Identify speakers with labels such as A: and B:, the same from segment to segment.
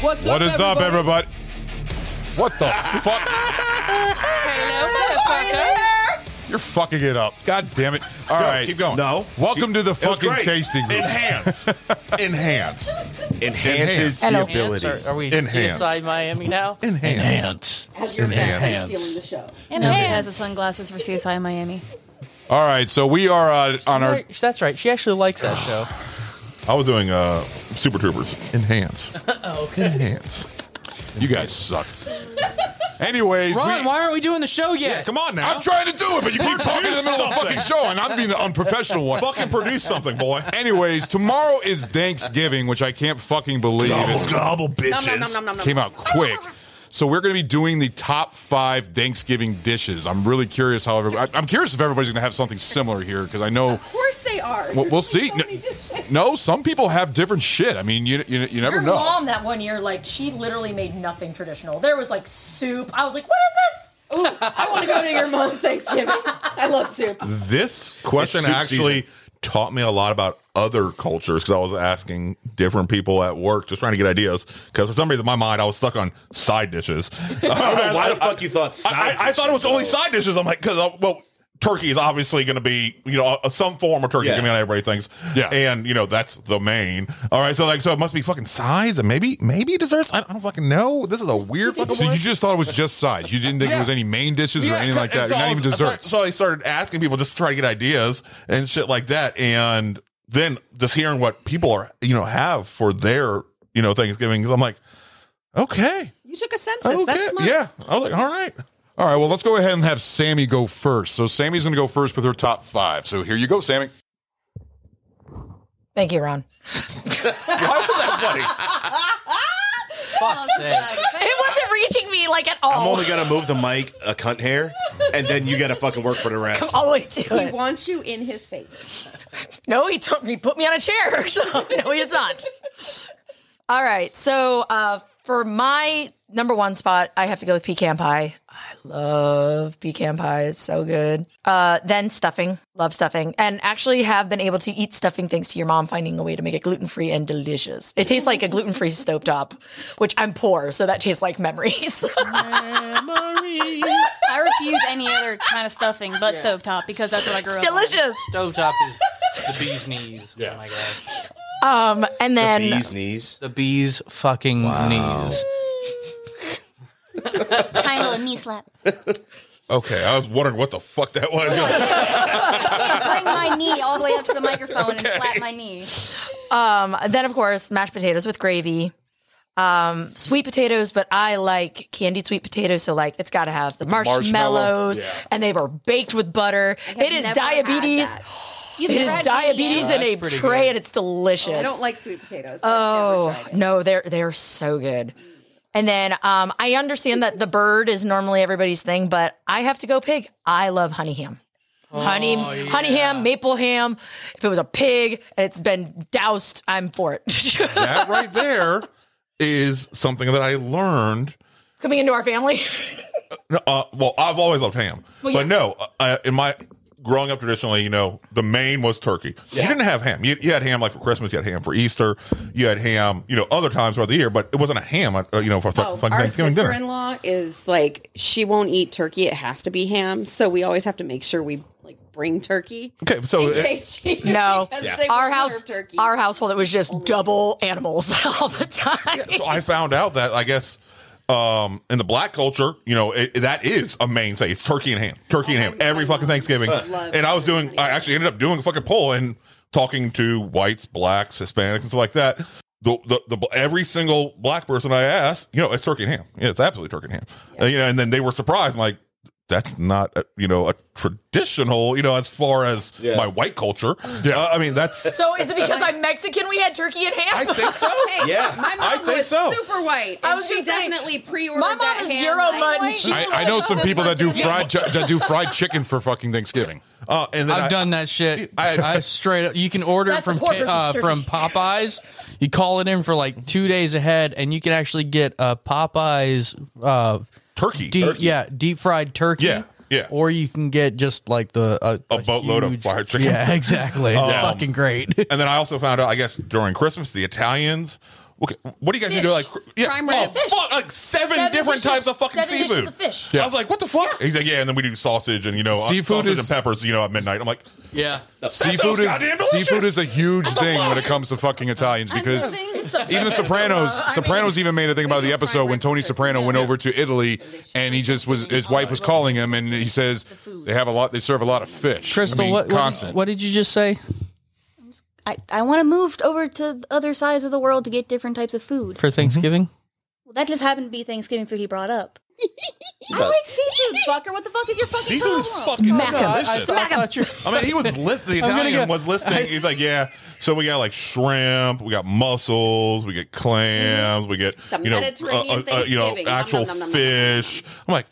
A: What's
B: What
A: up,
B: is up, everybody? What the fuck? You're fucking it up. God damn it. All right,
C: keep going.
D: No.
B: Welcome to the
C: It was
B: fucking
C: great.
B: tasting room.
C: Enhance. Enhance.
D: enhances
E: Hello.
D: the ability.
A: Are, are we
C: Enhance.
A: CSI Miami now?
C: Enhance.
F: Has your
C: Enhance.
F: best stealing the show.
E: And Amanda has the sunglasses for CSI Miami.
B: All right, so we are uh, on our.
A: Right, That's right. She actually likes that show.
C: I was doing uh, Super Troopers. Enhance. Enhance.
B: You guys suck. Anyways,
G: Ron,
B: we,
G: why aren't we doing the show yet?
C: Come on now.
B: I'm trying to do it, but you keep talking in the middle of the fucking show, and I'm being the unprofessional one.
C: fucking produce something, boy.
B: Anyways, tomorrow is Thanksgiving, which I can't fucking believe.
C: Gobble,
B: It
C: gobble, bitches.
B: came out quick. So we're going to be doing the top five Thanksgiving dishes. I'm really curious how everybody. I'm curious if everybody's going to have something similar here because I know
F: Of course they are.
B: we'll, we'll see.
F: So
B: No,
F: many different-
B: no, some people have different shit. I mean, you you, you never
H: Your
B: know.
H: mom that one year, like she literally made nothing traditional. There was like soup. I was like, what is
F: Ooh, I want to go to your mom's Thanksgiving. I love soup.
C: This question
D: It's soup
C: actually taught me a lot about other cultures because I was asking different people at work just trying to get ideas. Because for some reason, in my mind, I was stuck on side dishes.
D: I don't know why the fuck you thought side
C: I, I, I thought it was
D: dishes,
C: only
D: though.
C: side dishes. I'm like, because well, turkey is obviously going to be you know uh, some form of turkey
D: Yeah.
C: coming out everybody thinks.
B: Yeah.
C: and you know that's the main. All right, so like so it must be fucking sides and maybe maybe desserts. I, I don't fucking know. This is a weird fucking.
B: So you
C: one.
B: just thought it was just sides. You didn't think
C: Yeah.
B: it was any main dishes or
C: Yeah,
B: anything like
C: and
B: that.
C: so
B: Not
C: I
B: even
C: was- I started-
B: desserts.
C: So I started asking people just to try to get ideas and shit like that, and then just hearing what people are you know have for their you know Thanksgiving. I'm like, okay,
F: You took a census.
C: okay,
F: That's smart.
C: yeah. I was like, all right.
B: All right, well, let's go ahead and have Sammy go first. So Sammy's going to go first with her top five. So here you go, Sammy.
H: this? Thank you, Ron.
G: Fuck's sake.
H: It wasn't reaching me like at
D: I'm
C: Oh.
H: all.
D: only gonna move the mic a cunt hair, and then you gotta fucking work for the rest.
H: all the way to
F: He
H: it.
F: wants you in his face.
H: No, he took me, put me on a chair. So, no, he does not. All right. So uh, for my number one spot, I have to go with pecan pie. I love pecan pie. It's so good. Uh, then stuffing. Love stuffing. And actually have been able to eat stuffing thanks to your mom finding a way to make it gluten free and delicious. It tastes like a gluten free stovetop, which I'm poor. So that tastes like memories.
E: I refuse any other kind of stuffing but stovetop because that's what I grew up on.
H: delicious.
G: Stovetop is the bee's knees. Yeah. Oh my God.
H: Um, and then.
D: Bees knees.
G: The bee's fucking knees.
E: Kind of a knee slap.
C: Okay, I was wondering what the fuck that was.
E: Bring my knee all the way up to the microphone and slap my knee.
H: then of course mashed potatoes with gravy um sweet potatoes but i like candied sweet potatoes so like it's got to have the
B: marshmallow,
H: marshmallows and they were baked with butter it is
F: never had
H: diabetes
F: that.
E: You've
H: it
E: never
H: is
E: had
H: diabetes
E: candy
H: in a
G: pretty
H: tray
G: good.
H: and it's delicious
F: Oh, I don't like sweet potatoes.
H: Oh no, they're they're so good. And then um, I understand that the bird is normally everybody's thing, but I have to go pig. I love honey ham. honey honey ham, maple ham. If it was a pig and it's been doused, I'm for it.
C: that right there is something that I learned.
H: Coming into our family.
C: No, uh, well, I've always loved ham,
H: yeah.
C: but no, uh, in my growing up traditionally, you know, the main was turkey. You didn't have ham. You, you had ham like for Christmas. You had ham for Easter. You had ham, you know, other times throughout the year, but it wasn't a ham. uh, You know, for th-
F: Oh,
C: fucking
F: our
C: Thanksgiving dinner.
F: sister-in-law is like she won't eat turkey; it has to be ham. So we always have to make sure we like bring turkey.
C: okay, so
F: In
C: it-
F: case she,
H: No.
F: because they
H: Our
F: will
H: house
F: serve turkey.
H: our household it was just double animals all the time.
C: so I found out that I guess um, in the black culture, you know, it, that is a mainstay. It's turkey and ham, turkey and ham every fucking Thanksgiving.
F: Love
C: And I was doing, I actually ended up doing a fucking poll and talking to whites, blacks, Hispanics, and stuff like that. The, the, the every single black person I asked, you know, it's turkey and ham. Yeah, it's absolutely turkey and ham. Uh, you know, and then they were surprised. I'm like, that's not a, you know a traditional you know as far as
D: Yeah.
C: my white culture. Yeah, I mean that's
H: So is it because I'm Mexican? We had turkey and ham.
D: I think so.
F: Hey,
D: yeah,
F: my mom
D: I think
F: was
D: so.
F: super white. And
H: I was
F: she
H: gonna say,
F: definitely pre-ordered
H: my mom
F: that
H: is
F: ham.
H: Euro mud and
F: like,
H: she-
B: I, I know some people that do
F: Yeah.
B: fried chi- that do fried chicken for fucking Thanksgiving.
C: uh, and then
G: I've
C: I-
G: done that shit. I,
C: I-
G: straight up. You can order
H: That's the
G: from
H: poor
G: K-
H: person's
G: uh,
H: turkey.
G: from Popeyes. You call it in for like two days ahead, and you can actually get a Popeyes uh,
C: turkey.
G: deep,
C: turkey.
G: yeah, deep fried turkey.
C: Yeah, yeah.
G: Or you can get just like the uh,
C: A boatload of fried chicken.
G: Yeah, exactly. It's fucking great.
C: And then I also found out, I guess, during Christmas, the Italians. Okay, what do you guys
H: Fish.
C: do? Like,
F: Prime
C: oh,
F: rib. Fish.
C: fuck, like seven,
H: Seven
C: different
H: dishes-
C: types of fucking
H: seven dishes
C: seafood.
H: of fish.
C: I was like, what the fuck? He's like, yeah, and then we do sausage and you know uh,
B: Seafood is-
C: sausage and peppers, you know, at midnight. I'm like,
G: yeah.
B: Seafood
C: sounds
B: is
C: goddamn delicious.
B: seafood is a huge
C: What the
B: thing when
C: fuck?
B: it comes to fucking Italians because
H: It's a-
B: even the Sopranos,
E: I mean,
B: Sopranos even made a thing about
E: we
B: the
E: were
B: episode
E: fried
B: when Tony
E: breakfast,
B: Soprano
E: yeah.
B: went over to Italy and he just was his wife was calling him and he says they have a lot they serve a lot of fish.
G: Crystal,
B: I mean,
G: what, what
B: constant.
G: what did you just say?
E: I, I want to move over to the other sides of the world to get different types of food.
G: for Thanksgiving?
C: Mm-hmm.
E: Well, that just happened to be Thanksgiving food he brought up. I like seafood, fucker. What the fuck is your fucking
C: seafood
E: problem?
C: is fucking
H: Smack 'em.
C: delicious.
H: Smack 'em.
C: I mean, he was list- the
G: gonna
C: Italian
G: go-
C: was listening. He's like, yeah. So we got like shrimp, we got mussels, we get clams, we get
F: a
C: you know,
F: Mediterranean
C: uh, uh, you know,
F: Thanksgiving. Nom,
C: actual
F: nom, nom, nom, nom.
C: fish. I'm like,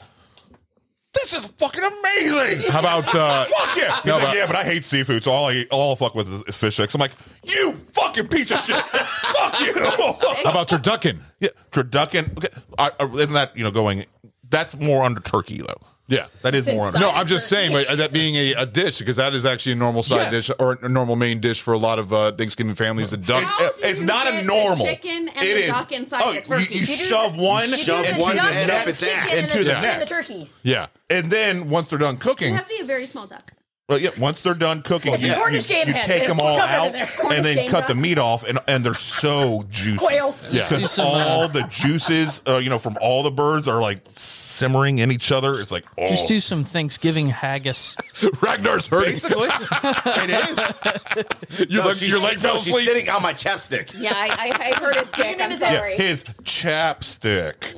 C: this is fucking amazing.
B: How about uh,
C: Fuck yeah. He's
B: No,
C: like,
B: but-
C: yeah, but I hate seafood, so all I eat, all I fuck with is, is fish sticks. I'm like, you fucking piece of shit. fuck you.
B: how about turducken?
C: yeah, turducken. Okay, I, I, isn't that you know going? That's more under turkey though.
B: Yeah.
C: That is more under.
B: No, I'm just saying but that being a, a dish because that is actually a normal side
C: Yes.
B: dish or a normal main dish for a lot of uh, Thanksgiving families. The duck.
F: How
C: It-
F: do
C: it's
F: you
C: not
F: get
C: a
F: the
C: normal.
F: chicken and
C: It
F: the
C: is-
F: duck inside
C: oh,
F: the turkey?
C: You, you
F: You do
C: shove one,
H: You do
D: shove
H: the
D: one
H: duck and
D: head up
H: the
D: its ass.
H: chicken and
C: Into
H: the
C: the
H: duck and the
C: neck.
H: turkey.
B: Yeah.
C: and then once they're done
E: You
C: cooking,
E: have to be a very small duck.
C: well, yeah, once they're done cooking,
H: It's a
C: you, you,
H: Cornish game
C: you
H: hen.
C: take
H: Just
C: them all
H: shove it in
C: out
H: there.
C: and then
E: Cornish
C: cut the
E: game
C: meat off, and and they're so juicy.
H: Quails.
B: Yeah. uh,
C: So all the juices, uh, you know, from all the birds are like simmering in each other. It's like, oh,
G: Just do some Thanksgiving haggis.
B: Ragnar's hurting.
C: basically, it is.
B: Your leg, your leg fell
D: no, she's
B: asleep.
D: sitting on my chapstick.
F: Yeah, I, I, I heard his dick. I'm
H: his head.
F: sorry.
C: His chapstick.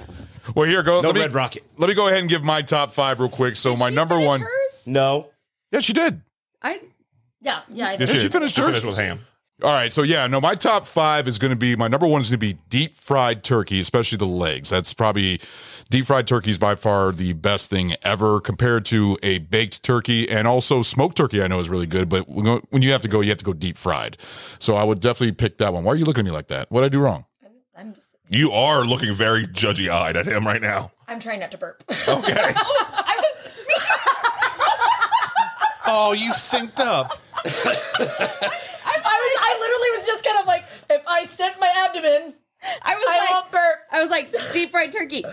B: Well, here go.
D: No
B: let me-
D: red rocket.
B: Let me go ahead and give my top five real quick. So my
F: She
B: number
F: finished
B: one.
F: hers?
D: No,
B: Yeah, she did.
F: I
H: Yeah, yeah. I
C: Did
B: she finish
C: she
B: hers?
C: finished with ham?
B: All right, so yeah, no, my top five is going to be my number one is going to be deep fried turkey, especially the legs. That's probably deep fried turkey is by far the best thing ever compared to a baked turkey, and also smoked turkey. I know is really good, but when go- when you have to go, you have to go deep fried. So I would definitely pick that one. Why are you looking at me like that? What would I do wrong?
H: I'm just.
C: You are looking very judgy eyed at him right now.
H: I'm trying not to burp.
C: Okay.
H: I was.
C: oh, you synced up.
H: I was. I literally was just kind of like, if I stint my abdomen,
F: I was
H: I
F: like
H: won't burp.
F: I was like deep fried turkey.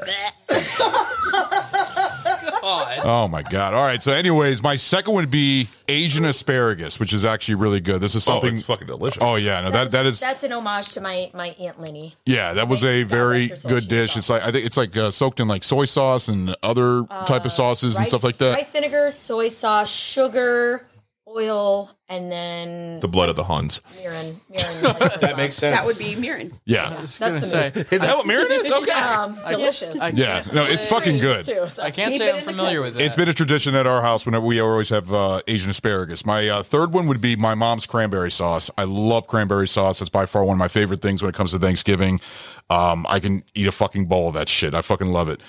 B: Oh my god! All right, so anyways, my second would be Asian asparagus, which is actually really good. This is
C: Something
B: something.
C: it's fucking delicious.
B: Oh yeah, no, that that is
H: That's an homage to my my aunt Lenny.
B: Yeah, that was a
H: That
B: very
H: was her
B: good
H: sushi
B: dish. It's
H: sauce. Uh,
B: like I think it's like uh, soaked in like soy sauce and other type of sauces and
H: Rice-
B: stuff like that.
H: Rice vinegar, soy sauce, sugar, oil, and then
C: The blood of the Huns.
H: mirin. mirin
D: that makes sense.
F: That would be Mirren.
B: Yeah,
H: That's the
G: Say,
C: Is that what Mirren is? Okay.
H: Um, delicious.
B: yeah. No, it's fucking good.
H: Too, so.
G: I can't
F: Keep
G: say
F: it
G: I'm
F: in the
G: familiar with it.
B: It's been a tradition at our house whenever we always have uh, Asian asparagus. My uh, third one would be my mom's cranberry sauce. I love cranberry sauce. It's by far one of my favorite things when it comes to Thanksgiving. Um, I can eat a fucking bowl of that shit. I fucking love it.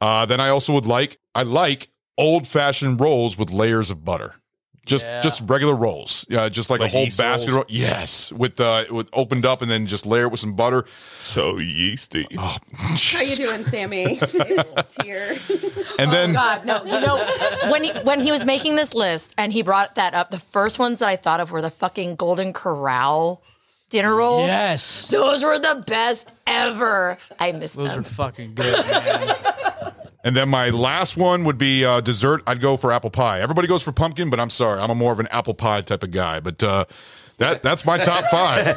B: Uh, then I also would like I like old fashioned rolls with layers of butter. Just
G: Yeah.
B: just regular rolls. Yeah, just like,
C: Like
B: a whole
C: yeast
B: basket.
C: rolls?
B: Roll. Yes, with uh, with opened up and then just layer it with some butter. Oh,
C: So yeasty.
F: How you doing, Sammy? Tear.
B: And then
F: Oh,
H: God, Uh, no, you know, when he, when he was making this list and he brought that up, the first ones that I thought of were the fucking Golden Corral dinner rolls.
G: yes.
H: Those were the best ever. I miss
G: Those are
H: them.
G: fucking good, man.
B: And then my last one would be uh, dessert. I'd go for apple pie. Everybody goes for pumpkin, but I'm sorry, I'm a more of an apple pie type of guy. But uh, that that's my top five.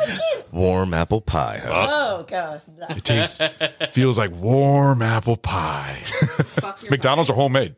D: warm apple pie. Huh?
H: Oh god.
B: It tastes feels like warm apple pie. McDonald's are homemade.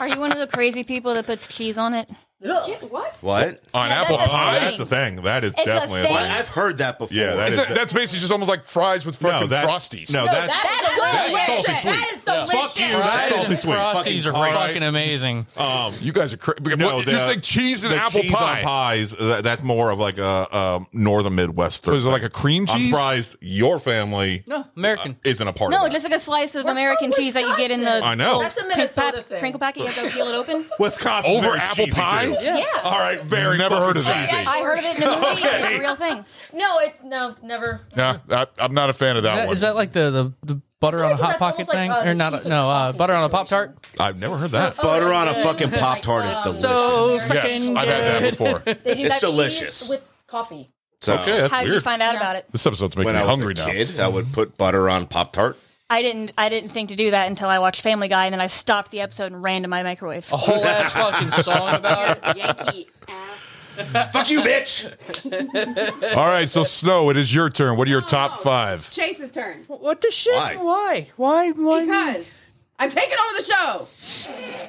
E: Are you one of the crazy people that puts cheese on it? Ugh.
F: What?
D: What?
C: on
E: Yeah,
C: apple
E: that's a
C: pie.
E: thing.
C: That's the thing. That is
E: a
C: definitely
E: thing.
D: Well, I've heard that before.
C: Yeah, that
B: Is
C: is
B: that- that's basically just almost like fries with fucking
C: that-
B: frosties.
C: No, that's,
E: That's good.
C: salty
E: Yeah.
C: sweet.
H: That is delicious.
C: Fuck you. That's
D: Fries
C: salty
D: and
C: sweet.
G: Frosties are
C: All right.
G: fucking amazing.
B: you guys are crazy.
C: No,
B: You're
C: the-
B: saying cheese and
C: the
B: apple
C: cheese on
B: pie.
C: pies. That, that's more of like a um, northern Midwest.
B: What is it, like a cream
C: I'm
B: cheese?
C: surprised your family
G: No, American.
C: isn't a part of
E: No,
C: that.
E: just like a slice of
H: We're
E: American
H: from
E: cheese that you get in the
C: I know.
H: That's a
E: crinkle,
H: Minnesota
E: pap-
H: thing.
E: crinkle packet. You have to peel it open.
C: Wisconsin
B: Over
C: very
B: apple
C: cheesy,
B: pie?
C: too.
E: Yeah,
C: All right, very
B: Never
C: fucking
B: heard of that.
C: cheesy.
E: I heard of it in a movie. It's
C: Okay.
E: a real thing.
H: No, it's no, never.
B: Nah, I, I'm not a fan of that
G: That-
B: one.
G: Is that like the, the, the butter on a
H: feel like
G: hot pocket
H: that's almost like,
G: thing?
H: uh,
G: or
H: the
G: not,
H: cheese
G: no,
H: with
G: uh,
H: the
G: butter on a Pop
H: coffee
G: Tart?
C: I've never heard that.
D: Oh, Butter on a
E: good.
D: fucking Pop Tart is delicious.
G: So
B: yes,
G: freaking
B: I've had that before.
H: They do
D: It's
H: that cheese
D: delicious.
H: with coffee.
D: So,
C: okay, that's
E: How did you
C: weird.
E: find out about it?
B: This episode's making
D: When
B: me
D: I was
B: hungry
D: a
B: now.
D: kid, I would put butter on Pop Tart.
E: I didn't. I didn't think to do that until I watched Family Guy, and then I stopped the episode and ran to my microwave.
B: Oh,
G: A whole ass fucking song about it.
F: Yankee ass.
D: Fuck you, bitch.
B: All right, so Snow, it is your turn. What are your top five?
F: Chase's turn.
G: What the shit?
D: Why?
G: Why? Why? Why?
F: Because I'm taking over the show.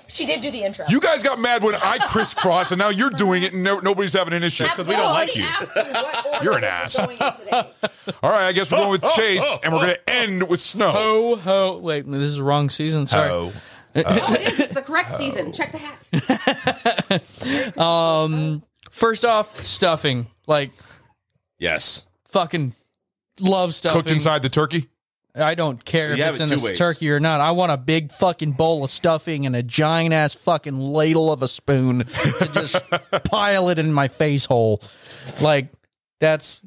H: She did do the intro.
B: You guys got mad when I crisscrossed, and now you're doing it, and no, nobody's having an issue.
F: Because
C: we don't like you.
B: You're an ass.
F: Going in today.
B: All right, I guess we're going with Chase, and we're going to end with Snow.
G: Ho Oh, ho! Wait, this is the wrong season. Sorry.
C: Oh,
F: Oh, it is. It's the correct season. Check the hat.
G: First off, stuffing. Like
D: Yes.
G: fucking love stuffing.
B: Cooked inside the turkey?
G: I don't care
D: You
G: if
D: have
G: it's
D: it
G: in
D: two
G: a
D: ways.
G: turkey or not. I want a big fucking bowl of stuffing and a giant ass fucking ladle of a spoon to just pile it in my face hole. Like that's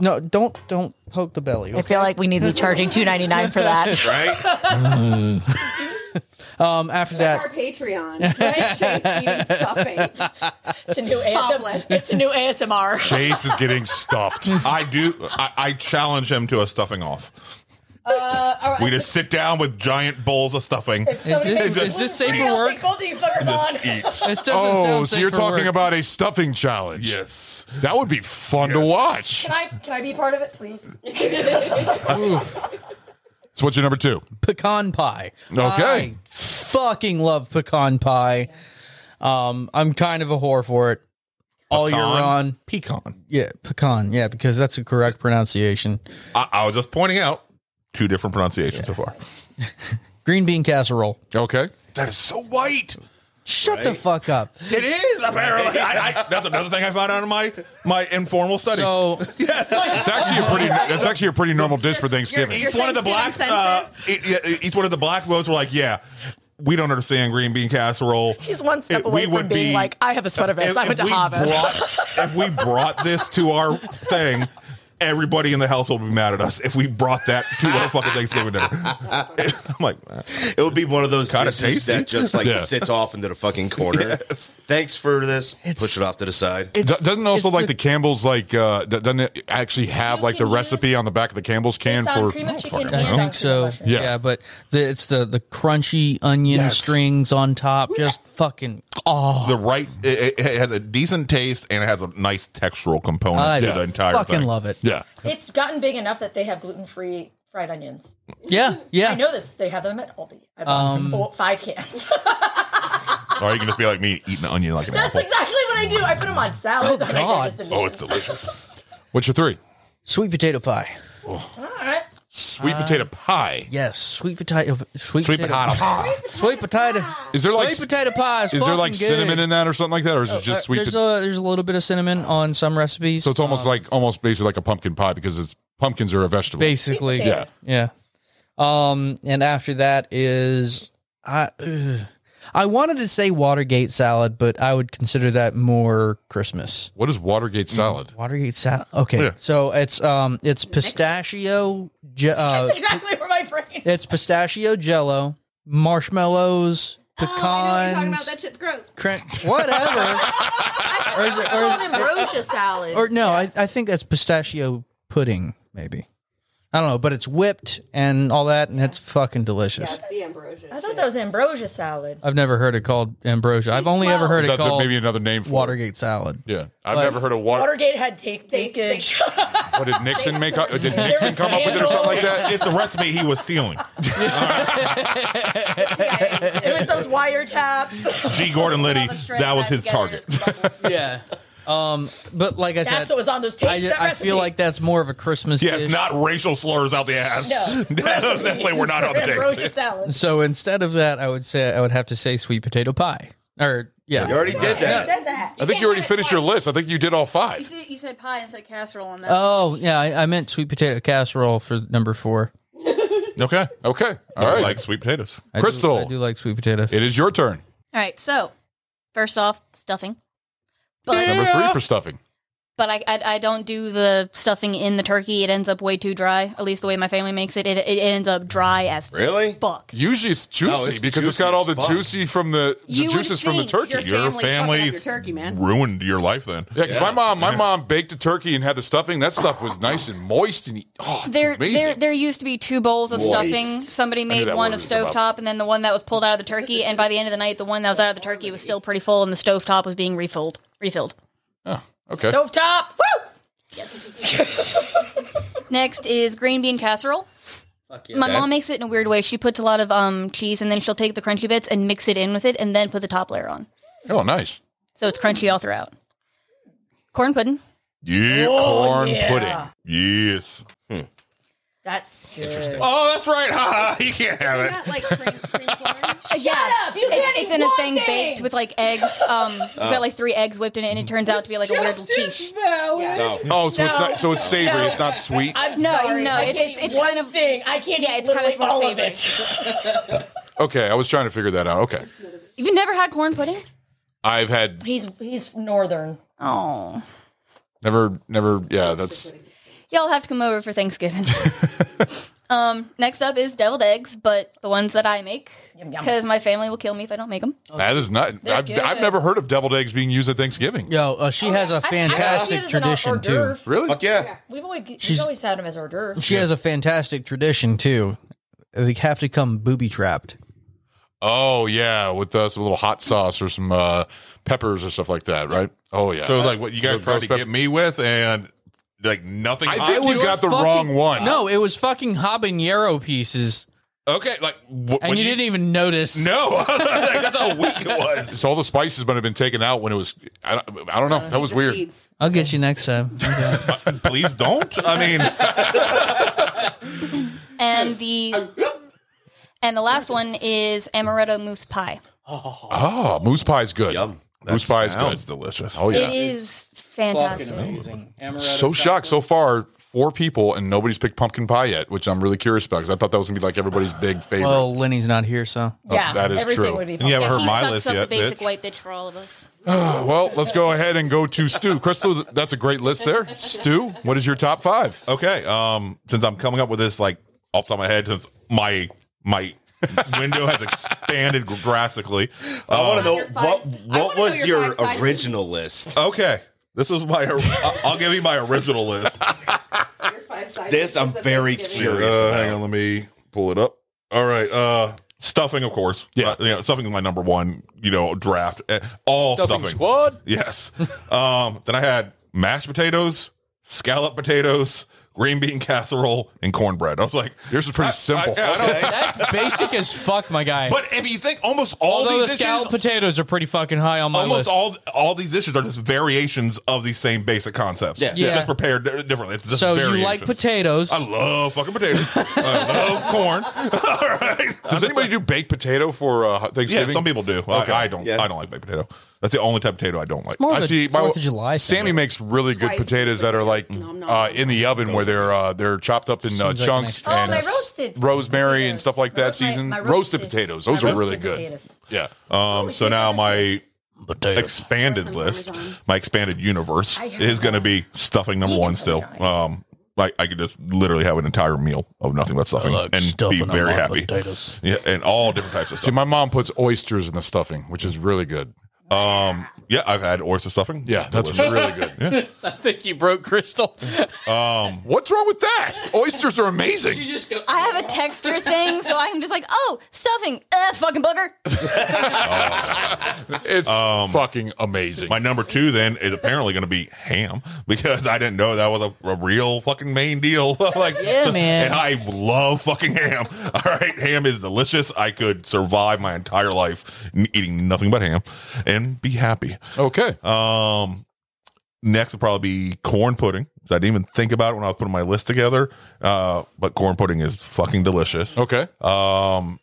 G: no, don't don't poke the belly.
H: I feel like we need to be charging two ninety nine for that.
D: Right?
G: Um, after
F: Our
G: that,
F: Patreon. Right? Chase eating stuffing.
H: It's a new ASMR.
F: Topless.
H: It's a new ASMR.
B: Chase is getting stuffed.
C: I do. I, I challenge him to a stuffing off.
H: Uh,
C: We just sit down with giant bowls of stuffing.
G: is this, is this safe for work?
H: Both of you fuckers on.
G: This doesn't
B: Oh,
G: sound
B: so
G: safe
B: you're
G: for
B: talking
G: work.
B: about a stuffing challenge.
C: Yes.
B: That would be fun to watch.
H: Can I can I be part of it, please?
B: So, what's your number two?
G: pecan pie.
B: Okay.
G: I fucking love pecan pie. Um, I'm kind of a whore for it. All year
C: Pecan?
G: on.
C: Pecan.
G: Yeah, pecan. Yeah, because that's the correct pronunciation.
C: I, I was just pointing out two different pronunciations so far.
G: Green bean casserole.
B: Okay.
C: That is so white.
G: Shut the fuck up.
C: It is apparently. I, I, that's another thing I found out in my my informal study.
G: So
B: It's actually a pretty. That's actually a pretty normal dish for Thanksgiving.
F: Your
C: each one of the black
F: Thanksgiving
C: uh,
F: census?
C: e- yeah, each one of the black votes were like, yeah, we don't understand green bean casserole.
H: He's one step
C: It-
H: away
C: we
H: from
C: would
H: being
C: be-
H: like, I have a sweater vest. I went to
C: we
H: Harvard.
C: brought- if we brought this to our thing, everybody in the household would be mad at us. If we brought that to our fucking Thanksgiving dinner, I'm like,
D: It would be one of those
C: Kinda
D: dishes
C: tasty.
D: that just like
B: Yeah.
D: sits off into the fucking corner. Thanks for this. Push it off to the side.
B: Do- doesn't also
G: it's
B: like
G: the-
B: the Campbell's like uh, d- doesn't it actually have
H: You
B: like the
H: can
B: recipe on the back of the Campbell's can
H: It's on
B: for
H: cream of
B: Oh,
H: chicken
B: fuck,
H: and
B: I don't
H: on-
B: know.
G: think so.
B: Yeah.
G: but the, it's the the crunchy onion
C: Yes.
G: strings on top. Just fucking oh,
C: the right. It, it has a decent taste and it has a nice textural component
G: I
C: to the entire
G: fucking
C: thing.
G: love it.
B: Yeah.
H: It's gotten big enough that they have gluten free fried onions.
G: Yeah, yeah.
H: I know this. They have them at Aldi. I bought them four, five cans.
C: Or you can just be like me, eating an onion like an
H: That's
C: apple.
H: exactly what I do. I put them on salads. Oh,
G: God.
C: Oh, it's delicious.
B: What's your three?
G: Sweet potato pie.
H: All right.
B: Sweet potato pie.
G: Yes, sweet potato. Uh, Sweet,
C: Sweet
G: potato.
C: potato pie.
G: Sweet potato.
B: Is there like
G: sweet potato pie. Is,
B: is there
G: fucking
B: like
G: good.
B: cinnamon in that or something like that, or is it just
G: Uh,
B: sweet?
G: There's
B: pot-
G: a there's a little bit of cinnamon on some recipes.
B: so it's almost like almost basically like a pumpkin pie because it's pumpkins are a vegetable.
G: basically
H: Sweet potato.
G: yeah yeah um and after that is i ugh. i wanted to say watergate salad but i would consider that more christmas
B: What is Watergate
G: Mm-hmm.
B: salad?
G: watergate salad okay so it's um it's pistachio je-
B: Oh,
G: uh,
H: That's exactly where my brain.
G: it's pistachio jello marshmallows
F: Oh, I know what you're talking about.
G: pecans
F: That shit's gross.
G: cran- whatever or, is it, or, is-
H: ambrosia salad.
G: or no I, I think that's pistachio pudding maybe i don't know but it's whipped and all that and it's fucking delicious
F: That's the ambrosia.
H: I thought that was ambrosia salad.
G: I've never heard it called ambrosia. I've only ever
B: Is
G: heard it
B: that the-
G: called
B: maybe another name for It?
G: Watergate salad.
B: Yeah, I've never heard of water.
H: Watergate had take leakage.
B: What did Nixon make up? Did Nixon
H: was
B: come up with it or something like that?
C: It's the recipe he was stealing.
H: it was those wiretaps.
C: G. Gordon Liddy,
E: All the shred
C: that was his
E: ties together in
C: target.
E: this bubble.
G: yeah. Um, but like I
H: That's
G: said,
H: what was on those tapes,
G: I, ju-
H: that
G: I feel
H: recipe.
G: like that's more of a Christmas
C: Yes,
G: dish.
C: not racial slurs out the ass.
H: No.
C: Definitely we're not on the
H: Roach
C: date.
H: salad.
G: so instead of that, I would say I would have to say sweet potato pie. Or yeah,
D: You already did that.
H: Said that.
B: I think you already finished your list. I think you did all
E: You
B: five.
E: said, you said pie and said casserole and that.
G: Oh yeah, I, I meant sweet potato casserole for number four.
C: Okay.
B: Okay. All
C: I
B: right.
C: like sweet potatoes.
G: I do-
B: Crystal.
G: I do like sweet potatoes.
B: it is your turn.
E: All right. So, first off, stuffing. But
B: Number three for stuffing.
E: but I, I I don't do the stuffing in the turkey. It ends up way too dry. At least the way my family makes it, it, it ends up dry as
D: Really?
E: fuck.
B: Usually it's juicy
D: No, it's
B: because it's
D: juicy
B: got all
D: as
B: the
D: fuck.
B: juicy from the, the
F: You would
B: juices from the
F: think
B: turkey.
F: your
B: You're-
C: Your
F: Family's fucking up
C: family's
F: your turkey, man.
C: ruined your life then.
B: yeah, because my mom, my mom baked a turkey and had the stuffing. That stuff was nice and moist and oh, it's
E: There,
B: amazing.
E: there, there used to be two bowls of
D: Moist.
E: stuffing. Somebody made
B: that
E: one
B: word
E: of
B: was about-
E: stovetop, and then the one that was pulled out of the turkey. And by the end of the night, the one that was out of the turkey was still pretty full, and the stovetop was being refilled. Refilled.
B: okay.
H: Stove top. Woo!
E: Next is green bean casserole. My mom makes it in a weird way. She puts a lot of um, cheese, and then she'll take the crunchy bits and mix it in with it, and then put the top layer on,
B: Oh, nice.
E: so it's crunchy all throughout. Corn pudding.
C: Yeah.
F: Oh,
B: Corn pudding.
C: Yes.
H: That's interesting.
C: Oh, that's right. Ha ha. You can't have it.
F: Got, like, cream- cream corn?
E: yeah,
H: up! You can't
E: it's
H: eat
E: in a
H: one
E: thing,
H: thing!
E: baked with like eggs. Um, it's
B: Uh.
E: got like three eggs whipped in it, and it turns out to be like a weird quiche.
H: valid.
B: Oh, so it's
H: No.
B: not so it's savory. It's not sweet.
H: I'm
E: No,
H: sorry.
E: no,
H: I
E: it's-
H: can't
E: it's-
H: eat
E: it's
H: one
E: kind of-
H: thing. I can't.
E: Yeah,
H: eat
E: it's kind of
H: literally all
E: more
H: of it.
B: Okay, I was trying to figure that out. Okay,
E: You've never had corn pudding?
B: I've had
H: He's he's northern.
E: Oh,
B: never, never. Yeah, that's
E: y'all have to come over for Thanksgiving. um, next up is deviled eggs, but the ones that I make
H: yum.
E: because my family will kill me if I don't make them.
B: that is not. I've,
H: good.
B: I've never heard of deviled eggs being used at Thanksgiving.
G: Yo, uh, she has a fantastic tradition too.
B: Really?
D: Fuck yeah.
H: We've always
G: She's-
H: we've always had him as hors d'oeuvre.
G: She has a fantastic tradition too. They have to come booby trapped.
B: Oh yeah, with uh, some little hot sauce or some uh, peppers or stuff like that, right? Oh yeah.
C: So like what you guys
B: The
C: tried
B: roast
C: to
B: pepper-
C: get me with and like nothing.
B: I
C: hot
B: think
C: to
B: you
C: it?
B: got the wrong one.
G: No, it was fucking habanero pieces,
C: Okay, like wh-
G: and
C: when
G: you, didn't even notice.
C: No, that's how weak it was.
B: So all the spices might have been taken out when it was. I don't, I don't know. that was
F: The
B: weird.
F: seeds.
G: I'll get you next time.
C: Please don't. I mean,
E: And the and the last one is amaretto mousse pie.
B: Oh, moose pie's good.
D: Yum.
B: Moose pie is
C: sounds
B: good.
C: delicious.
B: Oh yeah.
E: It is fantastic.
B: So shocked so far. Four people and nobody's picked pumpkin pie yet, which I'm really curious about because I thought that was gonna be like everybody's big favorite.
G: Well, Lenny's not here, so
E: Oh.
H: yeah,
B: that is
H: everything
B: true.
H: Would be
C: you haven't
E: Yeah,
C: heard
E: he
C: my
E: sucks
C: list
E: up
C: yet,
E: the basic
C: bitch.
E: white bitch for all of us.
B: Well, let's go ahead and go to Stu. Crystal, that's a great list there. Stu, what is your top five?
C: Okay. Um, since I'm coming up with this like off the top of my head, since my my window has expanded drastically.
D: I
C: um,
D: want to know
F: Your
D: what
F: five- I
D: what
F: wanna know
D: was
F: your
D: your,
F: five sizes.
D: original list?
C: Okay, this was my. I- I'll give you my original list.
F: Your five sizes
D: This I'm
F: is a
D: very
F: Thanksgiving.
D: curious
C: Uh,
D: about.
C: hang on, let me pull it up. All right. Uh, stuffing, of course.
B: Yeah.
C: Uh, you know, stuffing is my number one. You know, draft Uh, all stuffing.
B: squad.
C: Yes. um, then I had mashed potatoes, scallop potatoes, green bean casserole, and cornbread. I was like,
B: Yours is pretty
C: I-
B: simple.
C: I- I don't-
G: that's basic as fuck, my guy.
C: but if you think almost all
G: Although the
C: these
G: scalloped
C: dishes,
G: potatoes are pretty fucking high on my
C: almost
G: list.
C: all all these dishes are just variations of these same basic concepts.
D: Yeah.
C: It's
G: Yeah.
C: just prepared di- differently. It's just
G: so you
C: variations.
G: like potatoes?
C: I love fucking potatoes. I love corn. all right.
B: Does anybody do baked potato for uh,
C: Yeah,
B: Thanksgiving?
C: some people do. I-
B: Okay.
C: I, don't.
D: Yeah.
C: I don't like baked potato. That's the only type of potato I don't like.
G: More of
B: I
G: a
B: see. My,
G: Fourth of July. thing.
B: Sammy makes really good
F: Sliced
B: potatoes that are like
F: potatoes. Nom, nom,
B: uh,
F: nom.
B: in the oven where they're uh, they're chopped up in uh,
G: Seems like
B: chunks
G: an extra-
B: and
H: Oh, my roasted
B: rosemary and
H: potatoes.
B: stuff like that.
H: My- my
B: season roasted,
H: roasted-
B: potatoes.
H: my
B: Those are
H: roasted
B: really good.
H: potatoes.
B: Yeah. Uh,
C: Um, so now my expanded
F: Parmesan.
C: list, my expanded universe is going to be stuffing number one still. Um, like I could just literally have an entire meal of nothing but stuffing and be very happy. Yeah, and all different types of
B: See,
C: stuff.
B: my mom puts oysters in the stuffing, which is really good.
C: Um, Yeah, I've had oyster stuffing.
B: Yeah, that's
C: Delicious.
B: really good.
A: I think you broke Crystal.
B: What's wrong with that? Oysters are amazing.
A: you just go.
E: I have a texture thing, so I'm just like, oh, stuffing, Ugh, fucking booger.
B: It's fucking amazing.
C: Um, My number two then is apparently going to be ham because I didn't know that was a, a real fucking main deal. like,
A: Yeah, man.
C: And I love fucking ham. All right, ham is delicious. I could survive my entire life n- eating nothing but ham and be happy.
B: okay.
C: Um, next would probably be corn pudding. I didn't even think about it when I was putting my list together. Uh, but corn pudding is fucking delicious.
B: okay.
C: Um,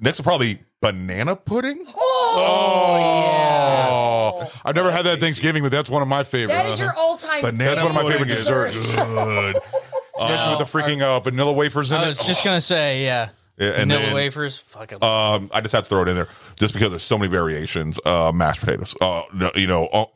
C: next would probably be banana pudding.
B: Oh, I've never had that Thanksgiving, but that's one of my favorites. Uh-huh.
H: That is your all-time.
C: Banana
B: That's one of my
C: pudding
B: favorite
C: is
B: desserts.
C: Good.
B: Especially with the freaking uh, vanilla wafers in
A: I
B: it.
A: was just gonna say, yeah.
C: Yeah, and
A: Vanilla
C: then-
A: wafers, fucking.
C: Um, I just have to throw it in there just because there's so many variations. Uh, mashed potatoes. Uh, no, you know, al-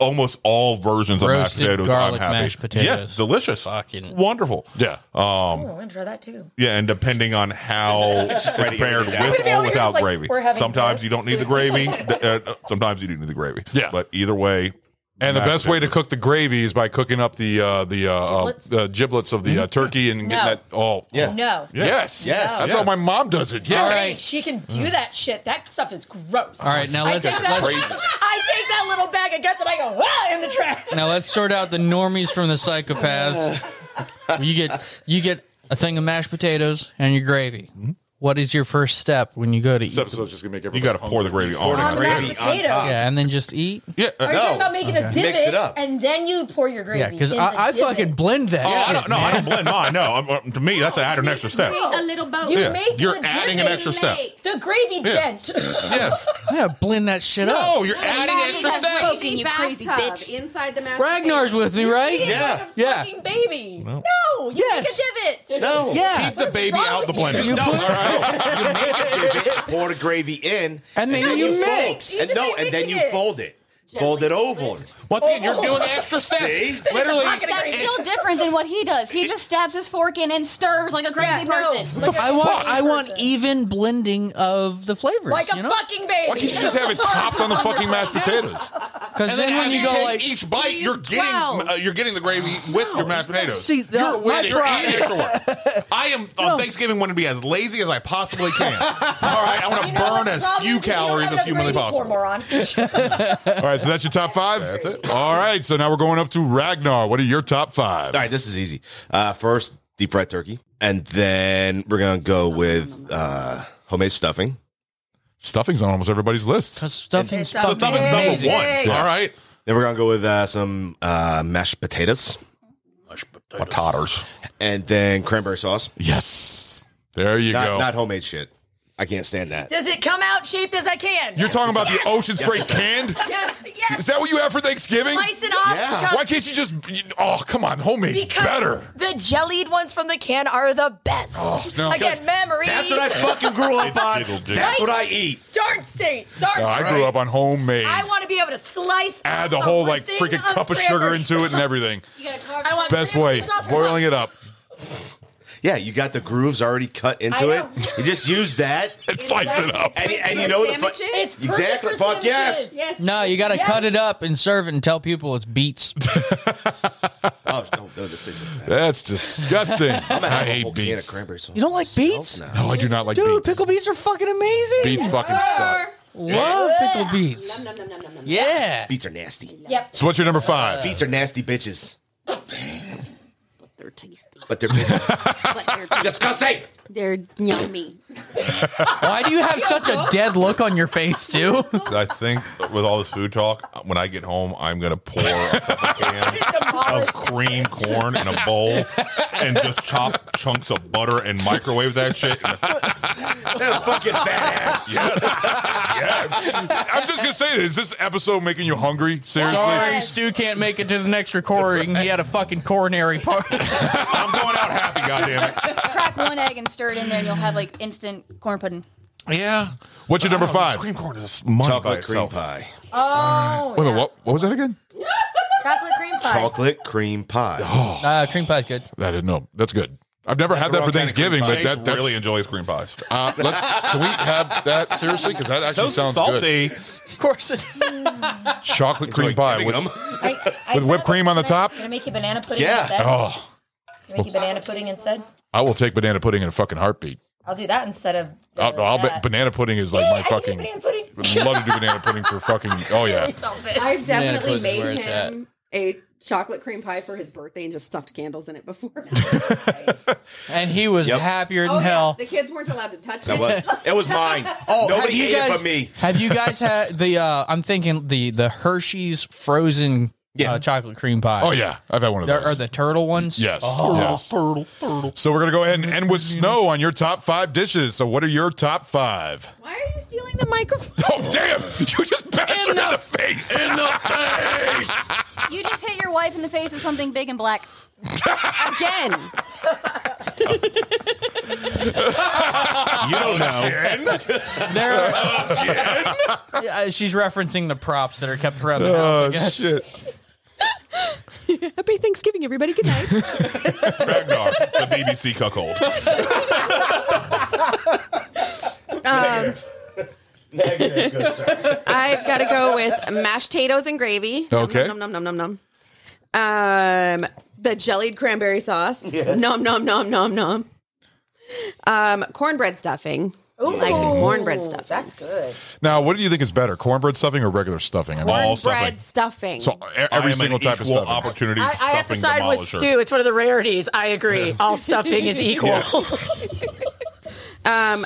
C: almost all versions of mashed
A: Roasted
C: potatoes. I'm
A: garlic
C: happy.
A: mashed potatoes.
C: Yes, delicious.
A: Fucking-
C: wonderful.
B: yeah.
H: Oh, I'm gonna try that too.
C: Yeah, and depending on how it's prepared with
H: Yeah,
C: or
H: we're
C: without
H: just like,
C: gravy.
H: we're having
C: Sometimes
H: this.
C: you don't need the gravy. Uh, sometimes you do need the gravy.
B: Yeah.
C: but either way.
B: And the
C: mashed
B: best way to
C: potatoes.
B: cook the gravy is by cooking up the uh, the uh,
H: Giblets?
B: giblets. Uh, giblets of the uh,
C: Mm-hmm.
B: turkey and getting
H: No.
B: that. Oh,
D: Yeah.
H: No.
B: Yes.
D: Yes.
B: That's
D: Yes.
B: how my mom does it. Yes.
A: All
H: Hey, She can do that shit. That stuff is gross.
A: All right, now
H: I
A: let's-
H: take that,
A: let's-
H: I take that little bag of guts and I go ah, in the trash.
A: Now let's sort out the normies from the psychopaths. you get you get a thing of mashed potatoes and your gravy. What is your first step when you go to eat?
B: episode's just gonna make
C: You got to pour the gravy on.
H: On
C: it.
H: mashed
D: gravy on
H: potato.
D: top.
A: Yeah, and then just eat.
C: Yeah, uh,
H: Are you talking
D: No.
H: about making a divot
D: Mix it up.
H: and then you pour your gravy?
A: Yeah, because
H: in the
A: I, I
H: divot?
A: fucking blend that.
C: Oh, I
A: shit.
C: don't, no, I don't blend mine. No, I'm, uh, to me, that's I add an extra step.
H: A
F: little boat.
H: You
C: Yeah.
H: make
C: You're
H: the
C: adding an
H: gravy
C: extra step.
H: The gravy
C: Yeah.
H: dent.
C: Yes.
A: I gotta blend that shit
C: No,
A: up.
C: you're adding
E: imagine
C: extra
E: that's
C: steps.
E: what- Spoken, you crazy bitch.
F: Inside the mashed
A: Ragnar's with me, right?
D: Yeah.
A: Yeah.
H: Fucking baby. No. you
A: Yes.
H: make a divot.
D: No.
A: Yeah.
C: Keep the baby
H: wrong
C: out the
H: with
C: blender.
A: You put-
D: Pour the gravy in.
A: And then you
D: fold.
A: mix.
H: You
D: And
H: just
D: no,
H: ain't
D: and then
H: mixing
D: you
H: it.
D: fold it. Fold it over.
C: Once again, you're doing extra steps.
D: See?
C: Literally.
H: Pocket of
E: That's
H: gravy.
E: still different than what he does. He just stabs his fork in and stirs like a crazy
H: Yeah, no.
E: person.
H: Like a
A: I want
H: fucking
A: I want
H: person.
A: even blending of the flavors.
H: like a
A: you know?
H: fucking baby.
B: Why can't you just have it topped on the fucking mashed potatoes?
A: Because then when you go like
C: each bite, you're getting
H: Wow.
C: uh, you're getting the gravy with your mashed potatoes.
A: See, the-
C: you're,
A: my
C: you're adding
A: problem-
C: extra work. I am on Thanksgiving want to be as lazy as I possibly can. All right, I want to
H: You know what
C: burn
H: the
C: as
H: problem
C: few
H: is? You don't
C: calories
H: have
C: as
H: enough
C: humanly
H: gravy pour,
C: possible.
H: moron.
B: All right, so that's your top five. That's it. All right, so now we're going up to Ragnar. What are your top five?
D: All right, this is easy. Uh, first, deep fried turkey, and then we're gonna go with uh, homemade stuffing.
B: Stuffing's on almost everybody's lists.
A: stuffing's
H: It's
C: So
A: fucking
C: stuffing's number
H: Amazing.
C: one.
H: Yeah.
C: All right,
D: Then we're gonna go with uh, some uh, mashed potatoes,
C: potatoes.
D: and then cranberry sauce.
B: Yes. There you
D: Not,
B: go.
D: not homemade shit. I can't stand that.
H: Does it come out shaped as I can?
B: You're talking about the Ocean Spray canned?
H: yes,
B: Is
H: yes.
B: that what you have for Thanksgiving?
H: Slice it off.
D: Yeah.
H: chop
B: Why can't you just? you- Oh, come on, homemade's
H: Because
B: better. Oh,
H: The jellied ones from the can are the best.
B: no.
H: Again, memories.
D: That's what I fucking grew up on.
C: Jiggle, jiggle.
D: That's what I eat.
H: Darn state. Darn
B: No, I
H: state.
B: grew up on homemade.
H: I want to be able to slice.
B: Add
H: up
B: the whole
H: a
B: like
H: thing
B: freaking cup of sugar
H: cranberry
B: into it and everything.
E: You gotta carve
H: I want
B: Best
H: cranberry
B: way,
H: sauce
B: boiling it
H: cups.
B: up.
D: Yeah, you got the grooves already cut
H: I
D: into it.
H: know.
D: You just use that.
B: And slice it up.
D: And, and you
F: potatoes.
D: know the fu-
F: sandwiches?
H: It's perfect
D: Exactly.
H: for
D: Fuck yes.
H: sandwiches.
F: yes.
A: No, you gotta
H: Yeah.
A: cut it up and serve it and tell people it's beets.
D: Oh no, no decision.
B: That's disgusting.
D: I'm gonna
B: I
D: have a
B: hate
D: whole can of
B: beets.
D: cranberry sauce.
A: You don't like beets?
D: myself now.
B: No, I do not like
A: Dude,
B: beets.
A: pickle beets are fucking amazing.
B: beets fucking suck.
A: Love pickle beets.
F: Nom, nom, nom, nom, nom.
A: Yeah.
D: Beets are nasty.
H: Yep.
B: So what's your number five?
D: Beets are nasty bitches,
F: They're tasty.
D: but they're bitches.
F: But they're,
D: Disgusting.
F: they're yummy.
A: Why do you have such a dead look on your face, Stu?
C: I think with all this food talk, when I get home, I'm gonna pour a couple cans of cream corn in a bowl and just chop chunks of butter and microwave that shit.
D: That fucking fat ass.
B: I'm just gonna say, is this episode making you hungry? Seriously?
A: Sorry, Stu can't make it to the next recording. He had a fucking coronary part.
C: I'm going out happy, goddammit.
E: Crack one egg and stir it in there, and you'll have like instant corn pudding.
C: Yeah.
B: What's your number five?
C: Cream corn is money by
D: Chocolate cream
C: itself.
D: pie.
H: Oh.
B: Wait a minute, what, what was that again?
H: Chocolate cream pie.
D: Chocolate cream pie. Oh,
A: Uh, cream pie's good.
B: I didn't know. That's good. I've never had that for
D: kind of cream
B: Thanksgiving, but
C: Chase
B: that that's,
C: really enjoys green pies.
B: uh, let's can we have that seriously? Because that actually sounds good.
A: Of course, it,
B: Chocolate cream
D: Like,
B: pie.
D: giving
B: With,
D: them-
E: I, I
B: With whipped cream on the top?
E: Gonna make you banana pudding
D: Yeah.
E: instead.
B: oh,
E: Can I Make you banana pudding instead.
B: I will take banana pudding in a fucking heartbeat.
E: I'll do that instead of.
B: I'll, Oh, I'll bet
E: that.
B: banana pudding is like
E: Yeah,
B: my
E: I can do
B: fucking.
E: banana pudding.
B: I'd love to do banana pudding for fucking. Oh yeah,
F: I've definitely
A: pudding's where
F: made
A: it's
F: him a chocolate cream pie for his birthday and just stuffed candles in it before.
A: and he was
D: Yep.
A: happier than
F: Oh, yeah,
A: hell.
F: The kids weren't allowed to touch
D: That
F: it.
D: was it was mine.
A: Oh, have
D: Nobody ate
A: you guys,
D: it but me.
A: have you guys had the? uh I'm thinking the the Hershey's frozen
D: Yeah.
A: uh, chocolate cream pie.
B: oh yeah, I've had one of
A: There
B: those.
A: are the Oh. turtle ones.
B: yes, yes. So we're gonna go ahead and end with snow on your top five dishes. So what are your top five?
F: Why are you stealing the microphone?
B: Oh damn! You just bashed her in the face. In the face.
E: You just hit your wife in the face with something big and black.
F: Again.
D: You don't
C: Oh,
D: know.
A: There are, Yeah, she's referencing the props that are kept around the
B: Uh,
A: house. I guess.
B: Oh, shit.
F: Happy Thanksgiving, everybody. Good night.
C: Ragnar, the BBC cuckold.
F: I've got to go with mashed potatoes and gravy.
B: Okay.
F: Nom nom nom nom nom. nom. Um, the jellied cranberry sauce. Nom nom nom nom nom. Um, cornbread stuffing. Ooh. Like cornbread stuffing. That's good.
B: Now, what do you think is better, cornbread stuffing or regular stuffing? I mean,
C: All
F: Bread stuffing.
B: so e- every single type of stuffing.
C: opportunity.
H: I, I have to
C: stuffing
H: side with
C: demolisher.
H: stew. It's one of the rarities. I agree. All stuffing is equal.
F: um,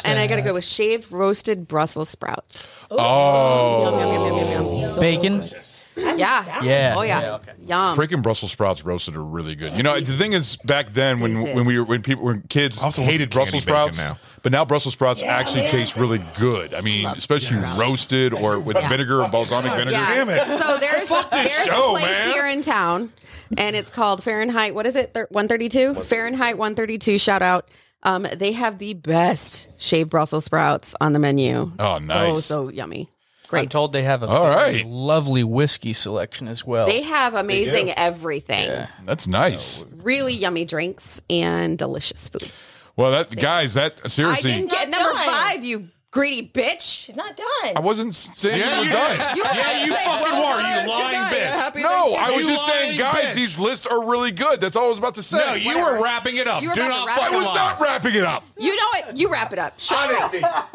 F: and I got to go with shaved roasted Brussels sprouts.
B: oh,
F: Yum, yum, yum, yum, yum, yum.
A: Bacon.
F: yeah.
A: Yeah.
F: Oh yeah. Yum.
B: freaking Brussels sprouts roasted are really good. You know, the thing is, back then when when we were when people when kids
C: Also want
B: hated
C: some candy
B: Brussels
C: bacon
B: sprouts,
C: now.
B: but now Brussels sprouts actually taste really good. I mean, especially roasted or with vinegar and balsamic vinegar.
F: Yeah.
C: Damn it.
F: So there's,
C: this
F: there's
C: show,
F: a place
C: man.
F: here in town, and it's called Fahrenheit. What is it? Thir- 132? Fahrenheit 132. Shout out. Um, they have the best shaved Brussels sprouts on the menu.
B: Oh, nice.
F: So, so yummy.
A: I'm
F: Great.
A: told they have a
B: All right.
A: lovely whiskey selection as well.
F: they have amazing everything.
B: That's nice.
F: Really yummy drinks and delicious foods.
B: Well, that guys, that
F: I
B: seriously,
F: didn't get
H: Not
F: number
H: done.
F: five, you greedy bitch.
H: She's not done.
B: I wasn't saying
C: Yeah,
B: you
C: you
B: were done.
C: did.
F: You
C: Yeah, you fucking were, you lying bitch.
B: No, I was
C: You
B: just saying,
C: lying
B: guys,
C: bitch.
B: these lists are really good. That's all I was about to say.
C: No, you were wrapping it up.
F: You were
C: Do
F: about to
C: not
F: wrap
B: I
C: fucking
F: it
B: was
C: lie.
B: not wrapping it up.
F: You know it. You wrap it up. Shut up.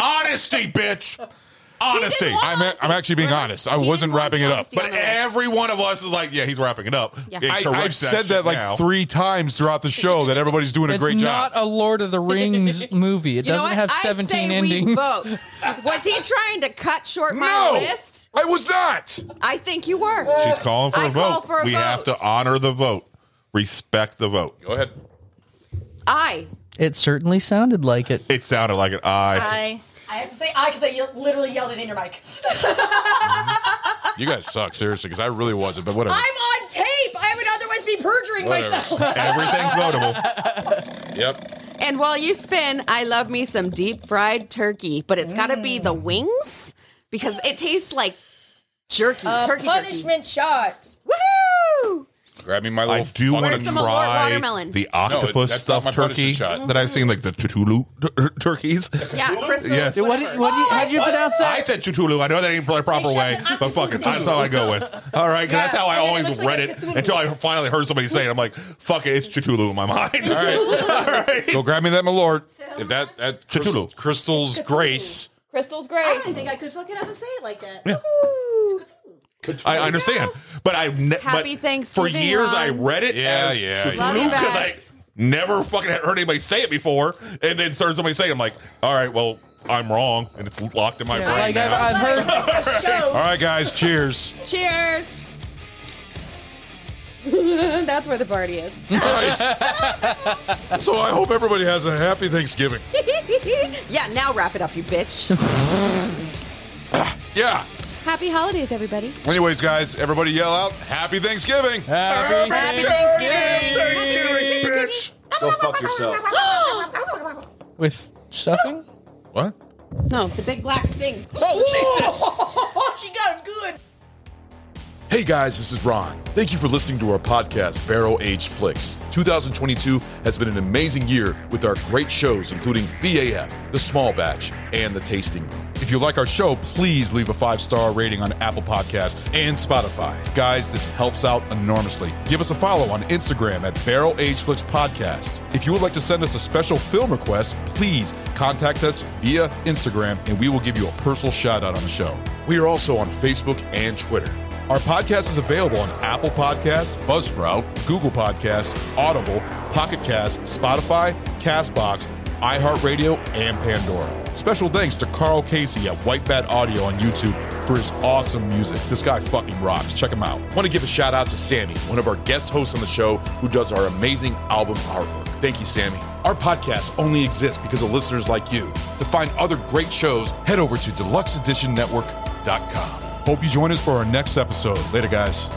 C: Honesty. Honesty, bitch. Honesty.
F: want-
B: I'm, I'm actually being honest. I
F: He
B: wasn't
F: didn't want
B: wrapping it up.
F: honesty
C: But
F: on the list.
C: every one of us is like, yeah, he's wrapping it up.
F: Yeah.
C: And
B: I,
C: correct
B: I've said that
C: shit
B: like
C: now.
B: three times throughout the show that everybody's doing a
A: it's
B: great
A: not
B: job.
A: a Lord of the Rings movie. It
F: You know
A: doesn't
F: what?
A: have
F: I
A: 17
F: say We
A: endings.
F: vote. Was he trying to cut short my
B: no,
F: list?
B: I was not.
F: I think you were.
C: She's calling for
F: I
C: a
F: call
C: vote.
F: for a
C: we have
F: vote.
C: to honor the vote. Respect the vote.
B: Go ahead.
F: I.
A: It certainly sounded like it.
C: It sounded like an I.
E: I
H: I have to say I because I ye- literally yelled it in your mic.
B: You guys suck seriously because I really wasn't. But whatever.
H: I'm on tape. I would otherwise be perjuring
B: Whatever.
H: myself.
C: Everything's votable.
B: Yep.
F: And while you spin, I love me some deep fried turkey, but it's got to be
A: Mm.
F: the wings because it tastes like jerky.
A: Uh,
F: turkey
H: Punishment shots.
F: Jerky. Woo!
B: Grab me my
C: I
B: little.
C: do
B: fucking-
C: want
F: Where's
C: to
F: the malort
C: try
F: watermelon?
C: the
B: No,
C: octopus
B: that's not my
C: stuffed turkey
B: punishment shot.
C: that I've seen, like the tutulu tur- turkeys.
F: Yeah, crystals.
C: Yes.
A: Dude, what did, what did, how'd you pronounce that?
C: I said Tutulu. I know that ain't the proper
H: They shoved
C: way,
H: an
C: but
H: octopus
C: fuck it.
H: in.
C: That's how I go with. All right, 'cause that's
H: Yeah,
C: how I
H: and then it
C: always
H: looks
C: read
H: like a
C: it
H: Cthulhu.
C: until I finally heard somebody say it. I'm like, fuck it, it's Tutulu in my mind.
B: All right.
C: All right.
B: Go grab me that malort. If that that crystal,
C: Cthulhu.
B: crystal's grace.
F: Crystal's
E: I
F: great.
E: don't think I could fucking have to say it like that.
F: Woo.
C: I understand, but I've ne-
F: Happy
C: but
F: Thanksgiving,
C: For years, I
F: Ron.
C: read it
B: Yeah,
C: as
B: yeah,
C: Cthulhu
F: yeah. Love you
C: 'cause I
F: best.
C: never fucking had heard anybody say it before, and then started somebody saying, it, "I'm like, all right, well, I'm wrong," and it's locked in my brain
A: like I've,
C: now.
A: I've heard.
B: All right, guys. Cheers.
F: Cheers. That's where the party is.
B: All right. so I hope everybody has a happy Thanksgiving.
F: yeah, now wrap it up, you bitch.
B: Yeah.
F: Happy holidays, everybody.
B: Anyways, guys, everybody yell out Happy Thanksgiving.
A: Happy
F: Happy
A: Thanksgiving.
F: Thanksgiving.
D: Go fuck yourself.
A: With stuffing?
B: What?
F: Oh, No, the big black thing.
H: Oh, Jesus. she got him good.
B: Hey guys, this is Ron. Thank you for listening to our podcast, Barrel Age Flicks. 2022 has been an amazing year with our great shows, including BAF, The Small Batch, and The Tasting Room. If you like our show, please leave a five star rating on Apple Podcasts and Spotify. Guys, this helps out enormously. Give us a follow on Instagram at Barrel Age Flicks Podcast. If you would like to send us a special film request, please contact us via Instagram and we will give you a personal shout out on the show. We are also on Facebook and Twitter. Our podcast is available on Apple Podcasts, Buzzsprout, Google Podcasts, Audible, Pocket Cast, Spotify, Castbox, iHeartRadio, and Pandora. Special thanks to Carl Casey at White Bat Audio on YouTube for his awesome music. This guy fucking rocks. Check him out. Want to give a shout out to Sammy, one of our guest hosts on the show who does our amazing album artwork. Thank you, Sammy. Our podcast only exists because of listeners like you. To find other great shows, head over to deluxeeditionnetwork.com. Hope you join us for our next episode. Later, guys.